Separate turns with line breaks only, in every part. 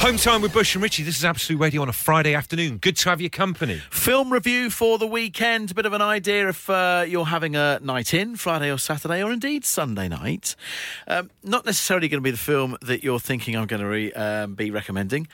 Home time with Bush and Richie. This is Absolute Radio on a Friday afternoon. Good to have your company.
Film review for the weekend. A bit of an idea if uh, you're having a night in, Friday or Saturday, or indeed Sunday night. Um, not necessarily going to be the film that you're thinking I'm going to re- um, be recommending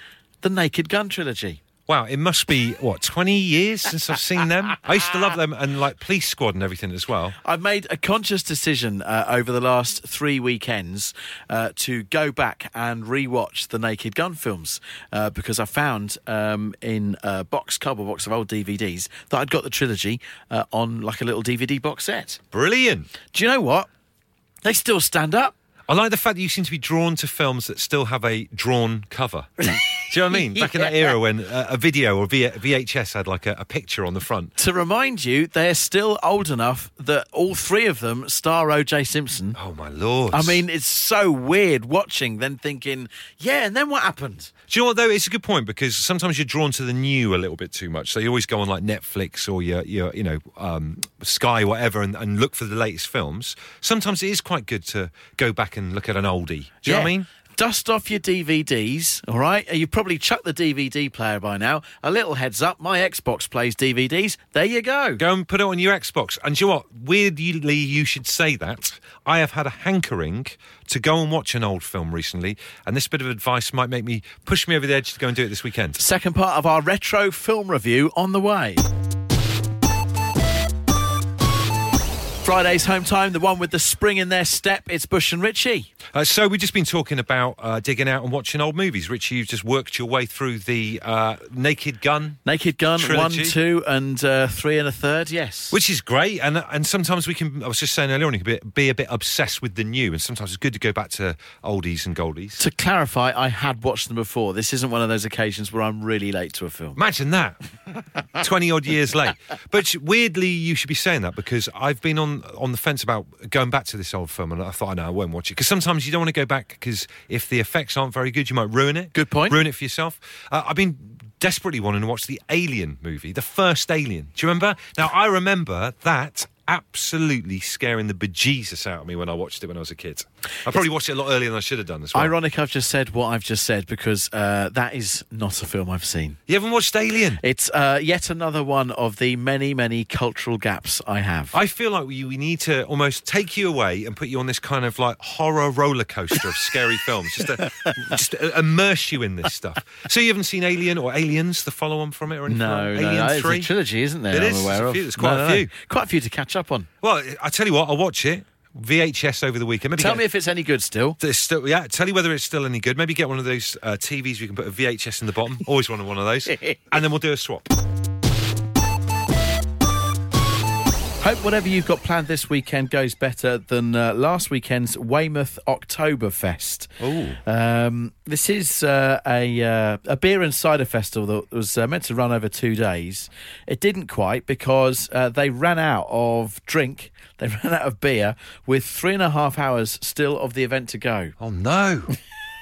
the Naked Gun trilogy.
Wow, it must be what twenty years since I've seen them. I used to love them and like Police Squad and everything as well.
I've made a conscious decision uh, over the last three weekends uh, to go back and rewatch the Naked Gun films uh, because I found um, in a box cover box of old DVDs that I'd got the trilogy uh, on like a little DVD box set.
Brilliant.
Do you know what? They still stand up.
I like the fact that you seem to be drawn to films that still have a drawn cover. Do you know what I mean? Back in that era when uh, a video or v- VHS had like a, a picture on the front.
To remind you, they're still old enough that all three of them star OJ Simpson.
Oh my lord!
I mean, it's so weird watching, then thinking, yeah, and then what happened?
Do you know what though? It's a good point because sometimes you're drawn to the new a little bit too much. So you always go on like Netflix or your, your you know um, Sky whatever and, and look for the latest films. Sometimes it is quite good to go back and look at an oldie. Do you know what I
Yeah.
mean?
Dust off your DVDs, all right? You've probably chucked the DVD player by now. A little heads up, my Xbox plays DVDs. There you go.
Go and put it on your Xbox. And do you know what? Weirdly, you should say that. I have had a hankering to go and watch an old film recently, and this bit of advice might make me push me over the edge to go and do it this weekend.
Second part of our retro film review on the way. Friday's home time, the one with the spring in their step. It's Bush and Richie.
Uh, so we've just been talking about uh, digging out and watching old movies. Richie, you've just worked your way through the uh, Naked Gun
Naked Gun,
Trilogy.
one, two, and uh, three and a third. Yes.
Which is great, and uh, and sometimes we can. I was just saying earlier on, you can be, be a bit obsessed with the new, and sometimes it's good to go back to oldies and goldies.
to clarify, I had watched them before. This isn't one of those occasions where I'm really late to a film.
Imagine that, twenty odd years late. But weirdly, you should be saying that because I've been on on the fence about going back to this old film, and I thought, no, I won't watch it because sometimes you don't want to go back because if the effects aren't very good, you might ruin it.
Good point.
Ruin it for yourself. Uh, I've been desperately wanting to watch the Alien movie, the first Alien. Do you remember? Now I remember that. Absolutely scaring the bejesus out of me when I watched it when I was a kid. I probably watched it a lot earlier than I should have done as well.
Ironic, I've just said what I've just said because uh, that is not a film I've seen.
you haven't watched Alien?
It's uh, yet another one of the many, many cultural gaps I have.
I feel like we, we need to almost take you away and put you on this kind of like horror roller coaster of scary films, just to, just to immerse you in this stuff. So you haven't seen Alien or Aliens, the follow-on from it, or anything?
no,
like
no,
that? Alien
no, it's
Three.
a trilogy, isn't there?
It
I'm
is,
aware
there's a
of.
few, there's quite a
No, no, no.
few.
quite a few to catch up on.
Well, I tell you what, I'll watch it VHS over the weekend. Maybe
Tell
get-
me if it's any good still.
There's still, yeah, tell you whether it's still any good. Maybe get one of those uh, TVs you can put a VHS in the bottom. Always wanted one of those. and then we'll do a swap.
Hope whatever you've got planned this weekend goes better than uh, last weekend's Weymouth Oktoberfest.
Ooh.
Um, this is uh, a uh, a beer and cider festival that was uh, meant to run over two days. It didn't quite because uh, they ran out of drink. They ran out of beer with three and a half hours still of the event to go.
Oh, no.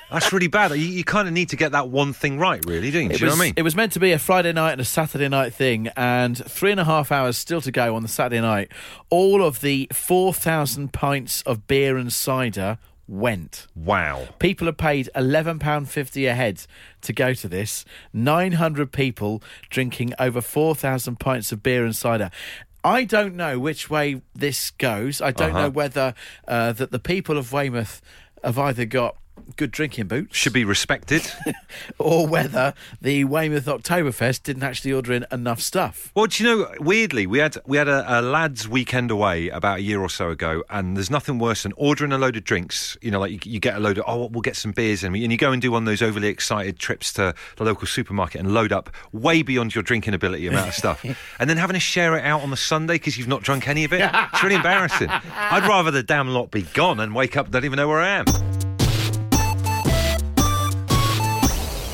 That's really bad. You, you kind of need to get that one thing right, really, don't you?
It
do you
was,
know what I mean?
It was meant to be a Friday night and a Saturday night thing, and three and a half hours still to go on the Saturday night. All of the 4,000 pints of beer and cider went.
wow.
People have paid £11.50 a head to go to this. 900 people drinking over 4,000 pints of beer and cider. I don't know which way this goes. I
Uh-huh.
don't know whether uh, that the people of Weymouth have either got good drinking boots
Should be respected.
or whether the Weymouth Oktoberfest didn't actually order in enough stuff.
Well, do you know? Weirdly, we had we had a, a lads' weekend away about a year or so ago, and there's nothing worse than ordering a load of drinks. You know, like you, you get a load of oh, we'll get some beers, and, we, and you go and do one of those overly excited trips to the local supermarket and load up way beyond your drinking ability amount of stuff, and then having to share it out on the Sunday because you've not drunk any of it. It's really embarrassing. I'd rather the damn lot be gone and wake up and don't even know where I am.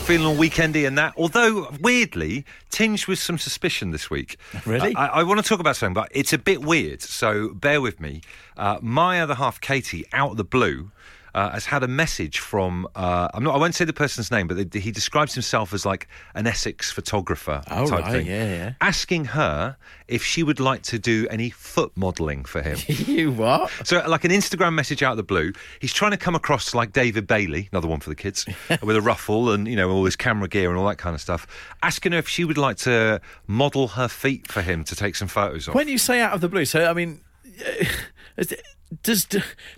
feeling all weekendy and that. Although weirdly tinged with some suspicion this week.
Really?
Uh, I, I want to talk about something, but it's a bit weird, so bear with me. Uh, my other half, Katie, out of the blue. uh, has had a message from uh, I'm not I won't say the person's name, but he describes himself as like an Essex photographer
Oh,
type
right,
thing,
yeah, yeah.
asking her if she would like to do any foot modelling for him.
you what?
So, like an Instagram message out of the blue, he's trying to come across like David Bailey, another one for the kids, with a ruffle and you know all his camera gear and all that kind of stuff. Asking her if she would like to model her feet for him to take some photos of.
When you say out of the blue, so I mean, is it- does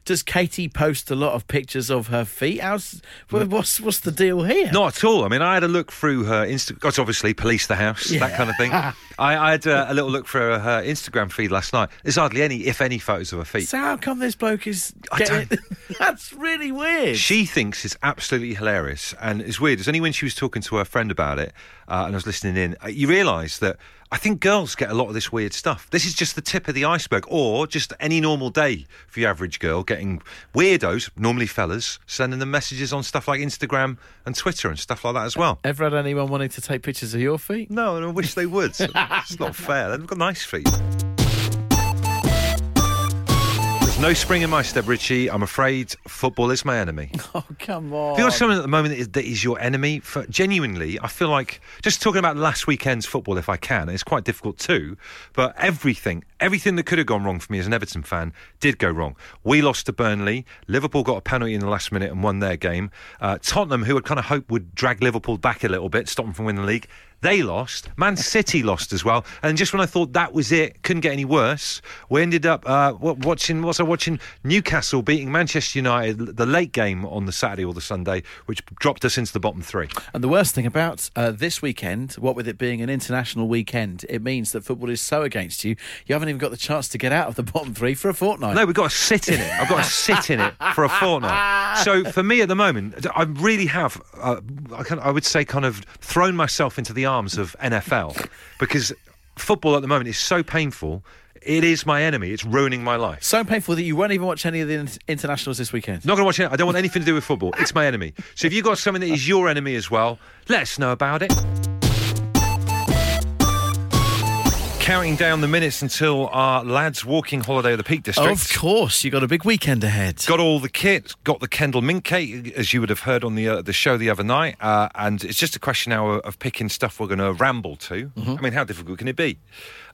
does Katie post a lot of pictures of her feet? How's, wha- what's what's the deal here?
Not at all. I mean, I had a look through her Instagram. It's obviously police the house, that kind of thing. I, I had uh, a little look through her Instagram feed last night. There's hardly any, if any, photos of her feet.
So how come this bloke is? Getting, that's really weird.
she thinks it's absolutely hilarious and it's weird. It's only when she was talking to her friend about it uh, and I was listening in, uh, you realise that I think girls get a lot of this weird stuff. This is just the tip of the iceberg or just any normal day for your average girl getting weirdos, normally fellas, sending them messages on stuff like Instagram and Twitter and stuff like that as well.
Ever had anyone wanting to take pictures of your feet?
No, and I wish they would. it's not fair. They've got nice feet. There's no spring in my step, Richie. I'm afraid football is my enemy.
Oh come on!
If you're someone at the moment that is, that is your enemy, for, genuinely, I feel like just talking about last weekend's football, if I can, it's quite difficult too. But everything, everything that could have gone wrong for me as an Everton fan, did go wrong. We lost to Burnley. Liverpool got a penalty in the last minute and won their game. Uh, Tottenham, who I kind of hoped would drag Liverpool back a little bit, stop them from winning the league. They lost. Man City lost as well. And just when I thought that was it, couldn't get any worse, we ended up uh, wa- watching. What's I watching? Newcastle beating Manchester United the late game on the Saturday or the Sunday, which dropped us into the bottom three.
And the worst thing about uh, this weekend, what with it being an international weekend, it means that football is so against you, you haven't even got the chance to get out of the bottom three for a fortnight.
No, we've got to sit in it. I've got to sit in it for a fortnight. So for me at the moment, I really have, uh, I, can, I would say, kind of thrown myself into the arms of NFL because football at the moment is so painful. It is my enemy. It's ruining my life.
So painful that you won't even watch any of the in- internationals this weekend.
Not going to watch it. I don't want anything to do with football. It's my enemy. So if you've got something that is your enemy as well, let us know about it. Counting down the minutes until our lads' walking holiday of the Peak District.
Of course, you got a big weekend ahead.
Got all the kit, got the Kendall Mint cake, as you would have heard on the uh, the show the other night. Uh, and it's just a question now of, of picking stuff we're going to ramble to. I mean, how difficult can it be?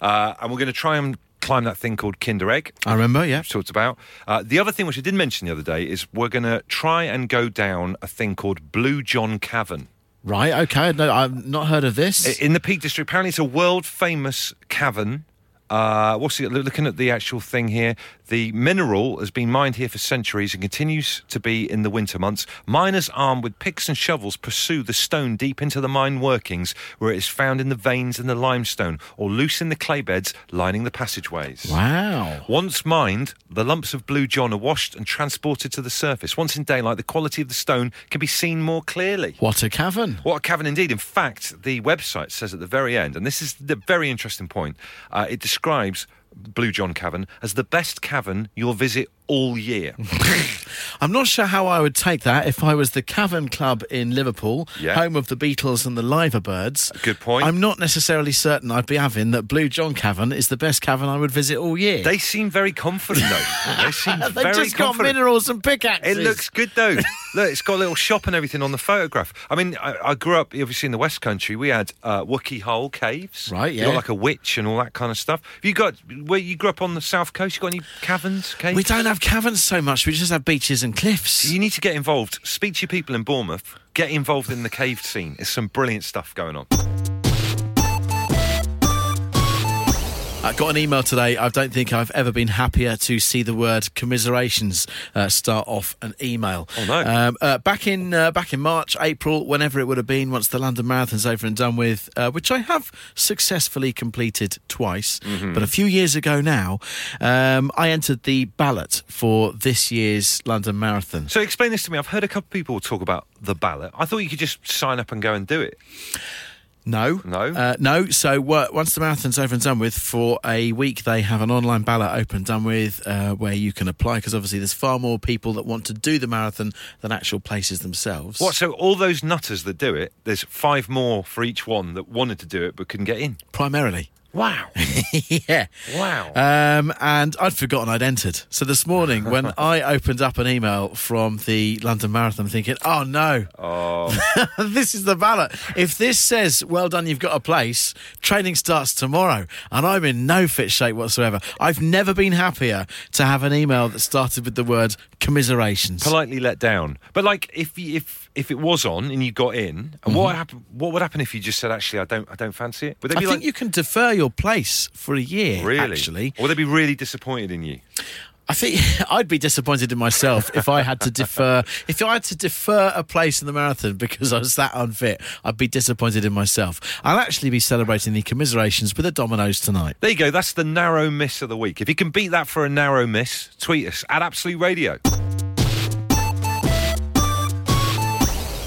Uh, and we're going to try and climb that thing called Kinder Egg.
I remember, yeah.
we've talked about. Uh, the other thing which I did mention the other day is we're going to try and go down a thing called Blue John Cavern.
Right, okay. No, I've not heard of this.
I- In the Peak District, apparently it's a world famous cavern. Uh, what's the, looking at the actual thing here? The mineral has been mined here for centuries and continues to be in the winter months. Miners armed with picks and shovels pursue the stone deep into the mine workings, where it is found in the veins in the limestone or loose in the clay beds lining the passageways.
wow.
Once mined, the lumps of blue john are washed and transported to the surface. Once in daylight, the quality of the stone can be seen more clearly.
What a cavern.
What a cavern indeed. In fact, the website says at the very end, and this is the very interesting point, uh, it describes Blue John Cavern as the best cavern you'll visit all year.
I'm not sure how I would take that if I was the Cavern Club in Liverpool,
Yeah.
home of the Beatles and the Liver Birds.
Good point.
I'm not necessarily certain I'd be having that Blue John Cavern is the best cavern I would visit all year.
they seem very confident, though. They seem
They've
very
just got
confident.
minerals and pickaxes.
It looks good though. Look, it's got a little shop and everything on the photograph. I mean, I, I grew up obviously in the West Country. We had uh, Wookie Hole caves,
Right,
You got
yeah.
like a witch and all that kind of stuff. Have you got where you grew up on the south coast? You got any caverns? Caves?
We don't have caverns so much. We just have beaches and cliffs.
You need to get involved. Speak to your people in Bournemouth. Get involved in the cave scene. It's some brilliant stuff going on.
I got an email today. I don't think I've ever been happier to see the word commiserations uh, start off an email.
Oh, no.
Um, uh, back in uh, back in March, April, whenever it would have been, once the London Marathon's over and done with, uh, which I have successfully completed twice,
Mm-hmm.
but a few years ago now, um, I entered the ballot for this year's London Marathon.
So explain this to me. I've heard a couple of people talk about the ballot. I thought you could just sign up and go and do it.
No.
No?
Uh, no. So wo- once the marathon's over and done with, for a week they have an online ballot open done with uh, where you can apply because obviously there's far more people that want to do the marathon than actual places themselves.
What? So all those nutters that do it, there's five more for each one that wanted to do it but couldn't get in. Uh,
Primarily.
Wow.
yeah.
Wow.
Um, and I'd forgotten I'd entered. So this morning, when I opened up an email from the London Marathon, thinking, "Oh no,
oh.
this is the ballot. If this says, well done, you've got a place, training starts tomorrow. And I'm in no fit shape whatsoever. I've never been happier to have an email that started with the word commiserations.
politely let down. But like, if you- if if it was on and you got in, and what happen? What would happen if you just said, "Actually, I don't, I don't fancy it"? Would they
Mm-hmm. I
be
think
like,
you can defer your place for a year,
really?
actually.
or would they be really disappointed in you?
I think I'd be disappointed in myself if I had to defer if I had to defer a place in the marathon because I was that unfit. I'd be disappointed in myself. I'll actually be celebrating the commiserations with the Dominoes tonight.
There you go. That's the narrow miss of the week. If you can beat that for a narrow miss, tweet us at Absolute Radio.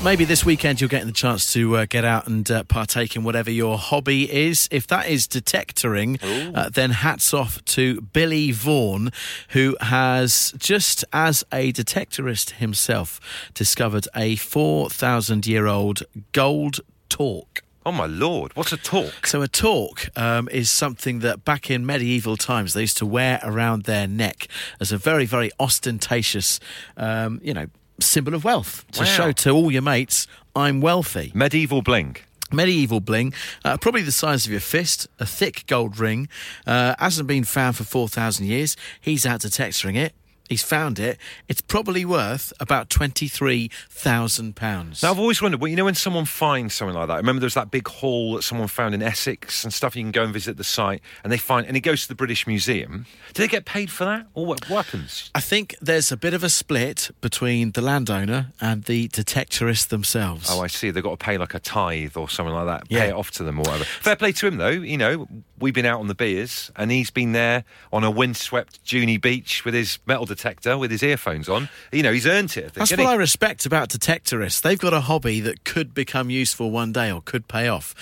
Maybe this weekend you're getting the chance to uh, get out and uh, partake in whatever your hobby is. If that is detectoring, uh, then hats off to Billy Vaughan, who has, just as a detectorist himself, discovered a 4,000 year old gold torque.
Oh my lord, what's a talk?
So a torque um, is something that back in medieval times they used to wear around their neck as a very, very ostentatious, um, you know, symbol of wealth to
Wow.
show to all your mates, I'm wealthy.
Medieval bling.
Medieval bling, uh, probably the size of your fist, a thick gold ring, uh, hasn't been found for 4,000 years. He's out detectoring it. He's found it. It's probably worth about £23,000.
Now I've always wondered, well, you know, when someone finds something like that. Remember, there was that big hall that someone found in Essex and stuff. You can go and visit the site, and they find, and it goes to the British Museum. Do they get paid for that, or what weapons?
I think there's a bit of a split between the landowner and the detectorists themselves.
Oh, I see. They've got to pay like a tithe or something like that.
Yeah.
Pay it off to them or whatever. Fair play to him, though. You know, we've been out on the beers and he's been there on a windswept Junie beach with his metal detector, with his earphones on. You know, he's earned it. I think,
That's what
hasn't
I
he?
respect about detectorists. They've got a hobby that could become useful one day or could pay off.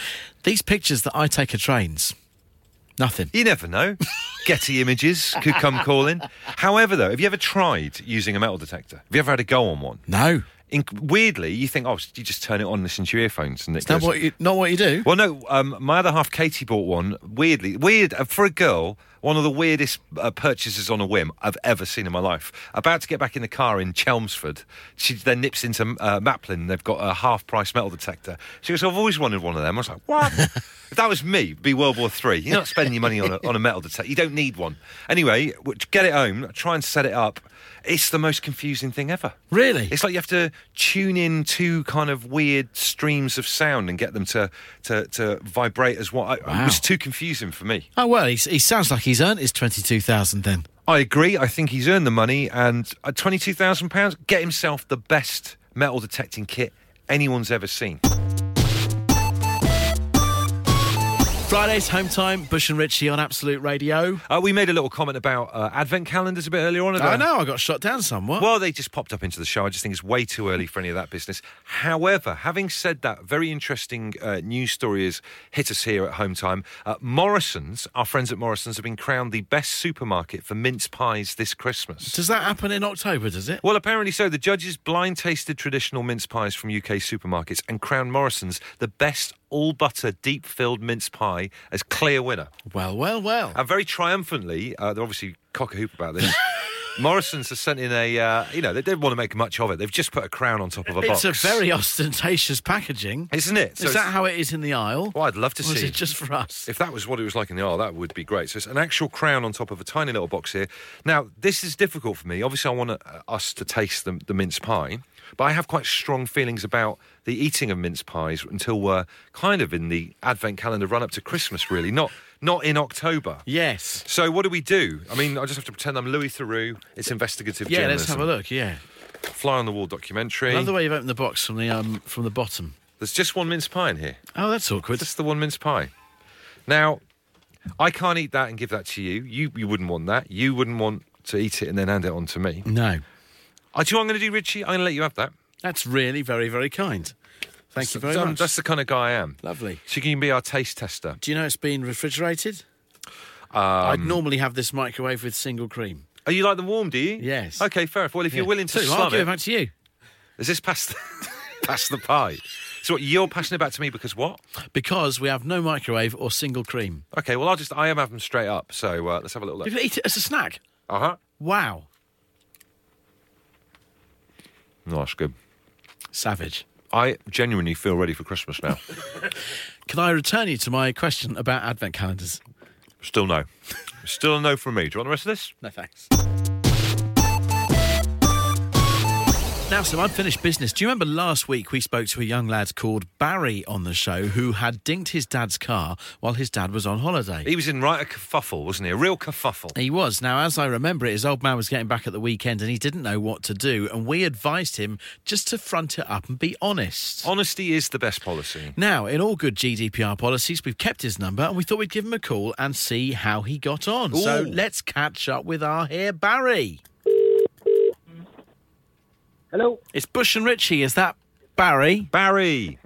These pictures that I take of trains, nothing.
You never know. Getty images could come calling. However, though, have you ever tried using a metal detector? Have you ever had a go on one?
No.
In- weirdly, you think, oh, you just turn it on, listen to your earphones, and it
Not
goes.
what you, not what you do.
Well, no, um, my other half, Katie, bought one. Weirdly, weird uh, for a girl. One of the weirdest uh, purchases on a whim I've ever seen in my life. About to get back in the car in Chelmsford, she then nips into uh, Maplin. They've got a half-price metal detector. She goes, "I've always wanted one of them." I was like, "What?" if that was me, it'd be World War Three. You're not spending your money on a, on a metal detector. You don't need one anyway. w- Get it home, try and set it up. It's the most confusing thing ever.
Really?
It's like you have to tune in two kind of weird streams of sound and get them to to, to vibrate as what I,
Wow.
it was too confusing for me.
Oh, well, he's, he sounds like he's earned his 22000 then.
I agree. I think he's earned the money and at twenty two thousand pounds, get himself the best metal detecting kit anyone's ever seen.
Friday's home time, Bush and Richie on Absolute Radio.
Uh, we made a little comment about uh, advent calendars a bit earlier on.
I know, I got shot down somewhat.
Well, they just popped up into the show. I just think it's way too early for any of that business. However, having said that, very interesting uh, news story has hit us here at home time. Uh, Morrison's, our friends at Morrison's, have been crowned the best supermarket for mince pies this Christmas.
Does that happen in October, does it?
Well, apparently so. The judges blind tasted traditional mince pies from UK supermarkets and crowned Morrison's the best all butter deep filled mince pie as clear winner.
Well, well, well.
And Uh, very triumphantly, uh, they're obviously cock a hoop about this. Morrison's has sent in a, uh, you know, they didn't want to make much of it. They've just put a crown on top of a
It's
box.
a very ostentatious packaging.
Isn't it? So
is
it's-
that how it is in the aisle?
Well, I'd love to
or is
see.
it just for us?
If that was what it was like in the aisle, that would be great. So it's an actual crown on top of a tiny little box here. Now, this is difficult for me. Obviously, I want uh, us to taste the, the mince pie, but I have quite strong feelings about the eating of mince pies until we're kind of in the advent calendar run up to Christmas, really, not not in October.
Yes.
So what do we do? I mean, I just have to pretend I'm Louis Theroux. It's investigative
Yeah, let's
journalism.
have a look. Yeah,
Fly on the wall documentary.
I love the way you've opened the box from the um from the bottom.
There's just one mince pie in here.
Oh, that's awkward.
Just the one mince pie. Now, I can't eat that and give that to you. You you wouldn't want that. You wouldn't want to eat it and then hand it on to me.
No,
I do you know what I'm going to do, Richie? I'm going to let you have that.
that's really very very kind. Thank you very
Um,
much.
That's the kind of guy I am.
Lovely.
So you can be our taste tester.
Do you know it's been refrigerated? I'd
Um,
normally have this microwave with single cream.
Oh, you like them warm, do you?
Yes.
Okay, fair enough. Well, if you're willing to
so,
slum
I'll
it,
give it back to you.
is this past the, past the pie? So what, you're passing it back to me because what?
because we have no microwave or single cream.
Okay, well, I'll just, I am having them straight up. So uh, let's have a little
You
look.
can eat it as a snack.
Uh huh.
Wow.
No, that's good.
Savage.
I genuinely feel ready for Christmas now.
Can I return you to my question about advent calendars?
Still no. Still a no from me. Do you want the rest of this?
No thanks. Now, some unfinished business. Do you remember last week we spoke to a young lad called Barry on the show who had dinked his dad's car while his dad was on holiday?
He was in right a kerfuffle, wasn't he? A real kerfuffle.
He was. Now, as I remember it, his old man was getting back at the weekend and he didn't know what to do. And we advised him just to front it up and be honest.
Honesty is the best policy.
Now, in all good GDPR policies, we've kept his number and we thought we'd give him a call and see how he got on. So
Ooh.
let's catch up with our here Barry.
Hello,
It's Bush and Richie. Is that Barry?
Barry,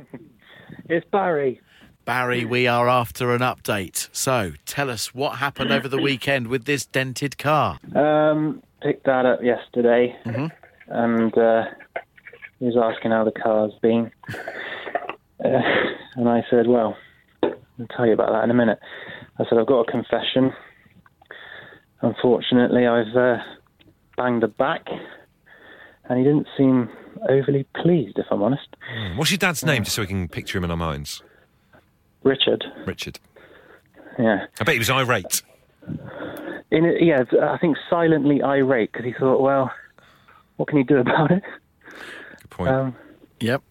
it's Barry.
Barry, we are after an update. So tell us what happened over the weekend with this dented car.
Um, picked that up yesterday, and uh, he was asking how the car's been, uh, and I said, "Well, I'll tell you about that in a minute." I said, "I've got a confession. Unfortunately, I've uh, banged the back." And he didn't seem overly pleased, if I'm honest.
Hmm, what's your dad's name, just so we can picture him in our minds?
Richard,
Richard.
yeah,
I bet he was irate.
in a, yeah, I think silently irate because he thought, "Well, what can he do about it?"
Good point.
Um,
Yep.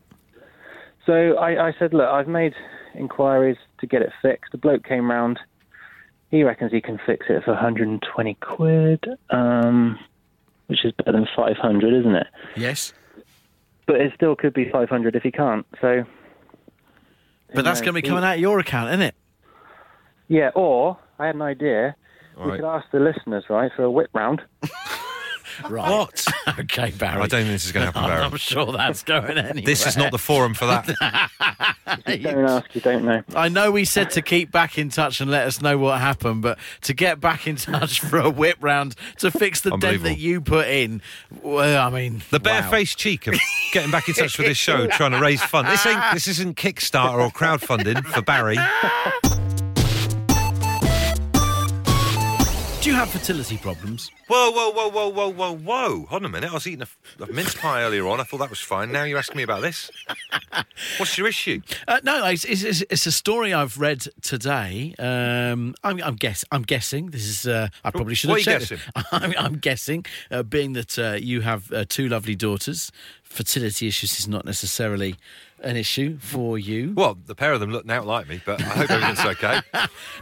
So I, I said, look, I've made inquiries to get it fixed. The bloke came round. He reckons he can fix it for 120 quid, um, which is better than 500, isn't it?
Yes.
But it still could be 500 if he can't. So
But that's going to be coming out of your account, isn't it?
yeah, or I had an idea. we
Right.
could ask the listeners, right, for a whip round.
Right. What? okay, Barry.
I don't think this is going to happen,
I'm
Barry.
sure that's going anywhere.
This is not the forum for that.
Don't ask, you don't know.
I know we said to keep back in touch and let us know what happened, but to get back in touch for a whip round to fix the dent
Unbelievable.
that you put in, well, I mean,
The
wow.
barefaced cheek of getting back in touch with this show, trying to raise funds. This ain't this isn't Kickstarter or crowdfunding for Barry.
Do you have fertility problems?
Whoa, whoa, whoa, whoa, whoa, whoa, whoa! Hold on a minute. I was eating a, a mince pie earlier on. I thought that was fine. Now you're asking me about this. What's your issue?
Uh, no, it's, it's, it's, it's a story I've read today. Um, I'm, I'm guess I'm guessing this is. Uh, I probably should
what
have
are you
checked. it. I'm, I'm guessing, uh, being that uh, you have uh, two lovely daughters, fertility issues is not necessarily an issue for you.
Well, the pair of them look now like me, but I hope everything's okay.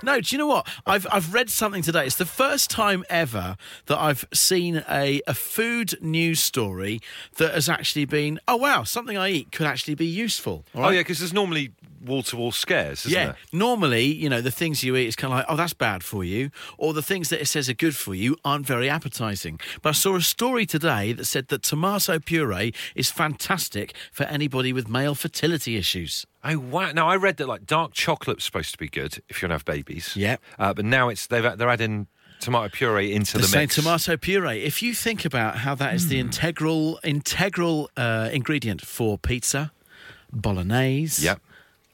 No, do you know what? I've I've read something today. It's the first time ever that I've seen a, a food news story that has actually been, oh wow, something I eat could actually be useful.
Oh
All right?
yeah, because there's normally wall to wall scares, isn't
Yeah,
there?
normally, you know, the things you eat is kind of like, oh, that's bad for you, or the things that it says are good for you aren't very appetizing. But I saw a story today that said that tomato puree is fantastic for anybody with male fertility issues.
Oh wow! Now I read that like dark chocolate's supposed to be good if you want to have babies.
Yeah.
Uh, but now it's they've they're adding tomato puree into the,
the same
mix. Hmm.
tomato puree. If you think about how that is the integral integral uh, ingredient for pizza, bolognese,
Yep.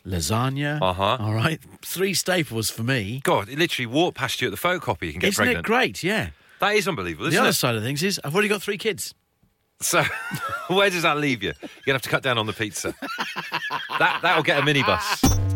lasagna.
Uh-huh.
All right, three staples for me.
God, it literally walked past you at the photocopy. You can get
Isn't
pregnant.
it great? Yeah.
That is unbelievable,
The
isn't
other
it?
side of things is I've already got three kids.
So, where does that leave you? You're gonna have to cut down on the pizza. that that'll get a minibus.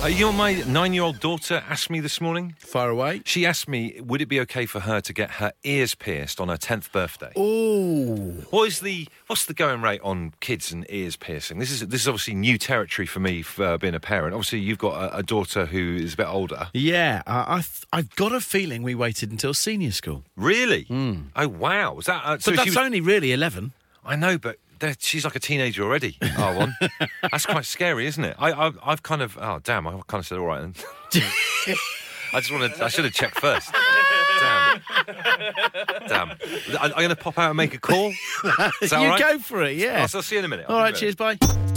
Uh, you know, my nine-year-old daughter asked me this morning.
Far away.
She asked me, "Would it be okay for her to get her ears pierced on her tenth birthday?"
Oh. Ooh.
What is the what's the going rate on kids and ears piercing? This is this is obviously new territory for me for uh, being a parent. Obviously, you've got a, a daughter who is a bit older.
Yeah, I, I th- I've got a feeling we waited until senior school.
Really? Oh wow! Was that? Uh, so
Hmm. But
she was-
that's only really 11.
I know, but they're- she's like a teenager already. R one. that's quite scary, isn't it? I, I I've kind of oh damn! I kind of said all right. Then. I just wanted. I should have checked first. Damn. Damn. I, I'm going to pop out and make a call. Is that
you
all right?
go for it, yeah.
I'll, I'll see you in a minute. I'll
All
be
right,
back.
cheers, bye.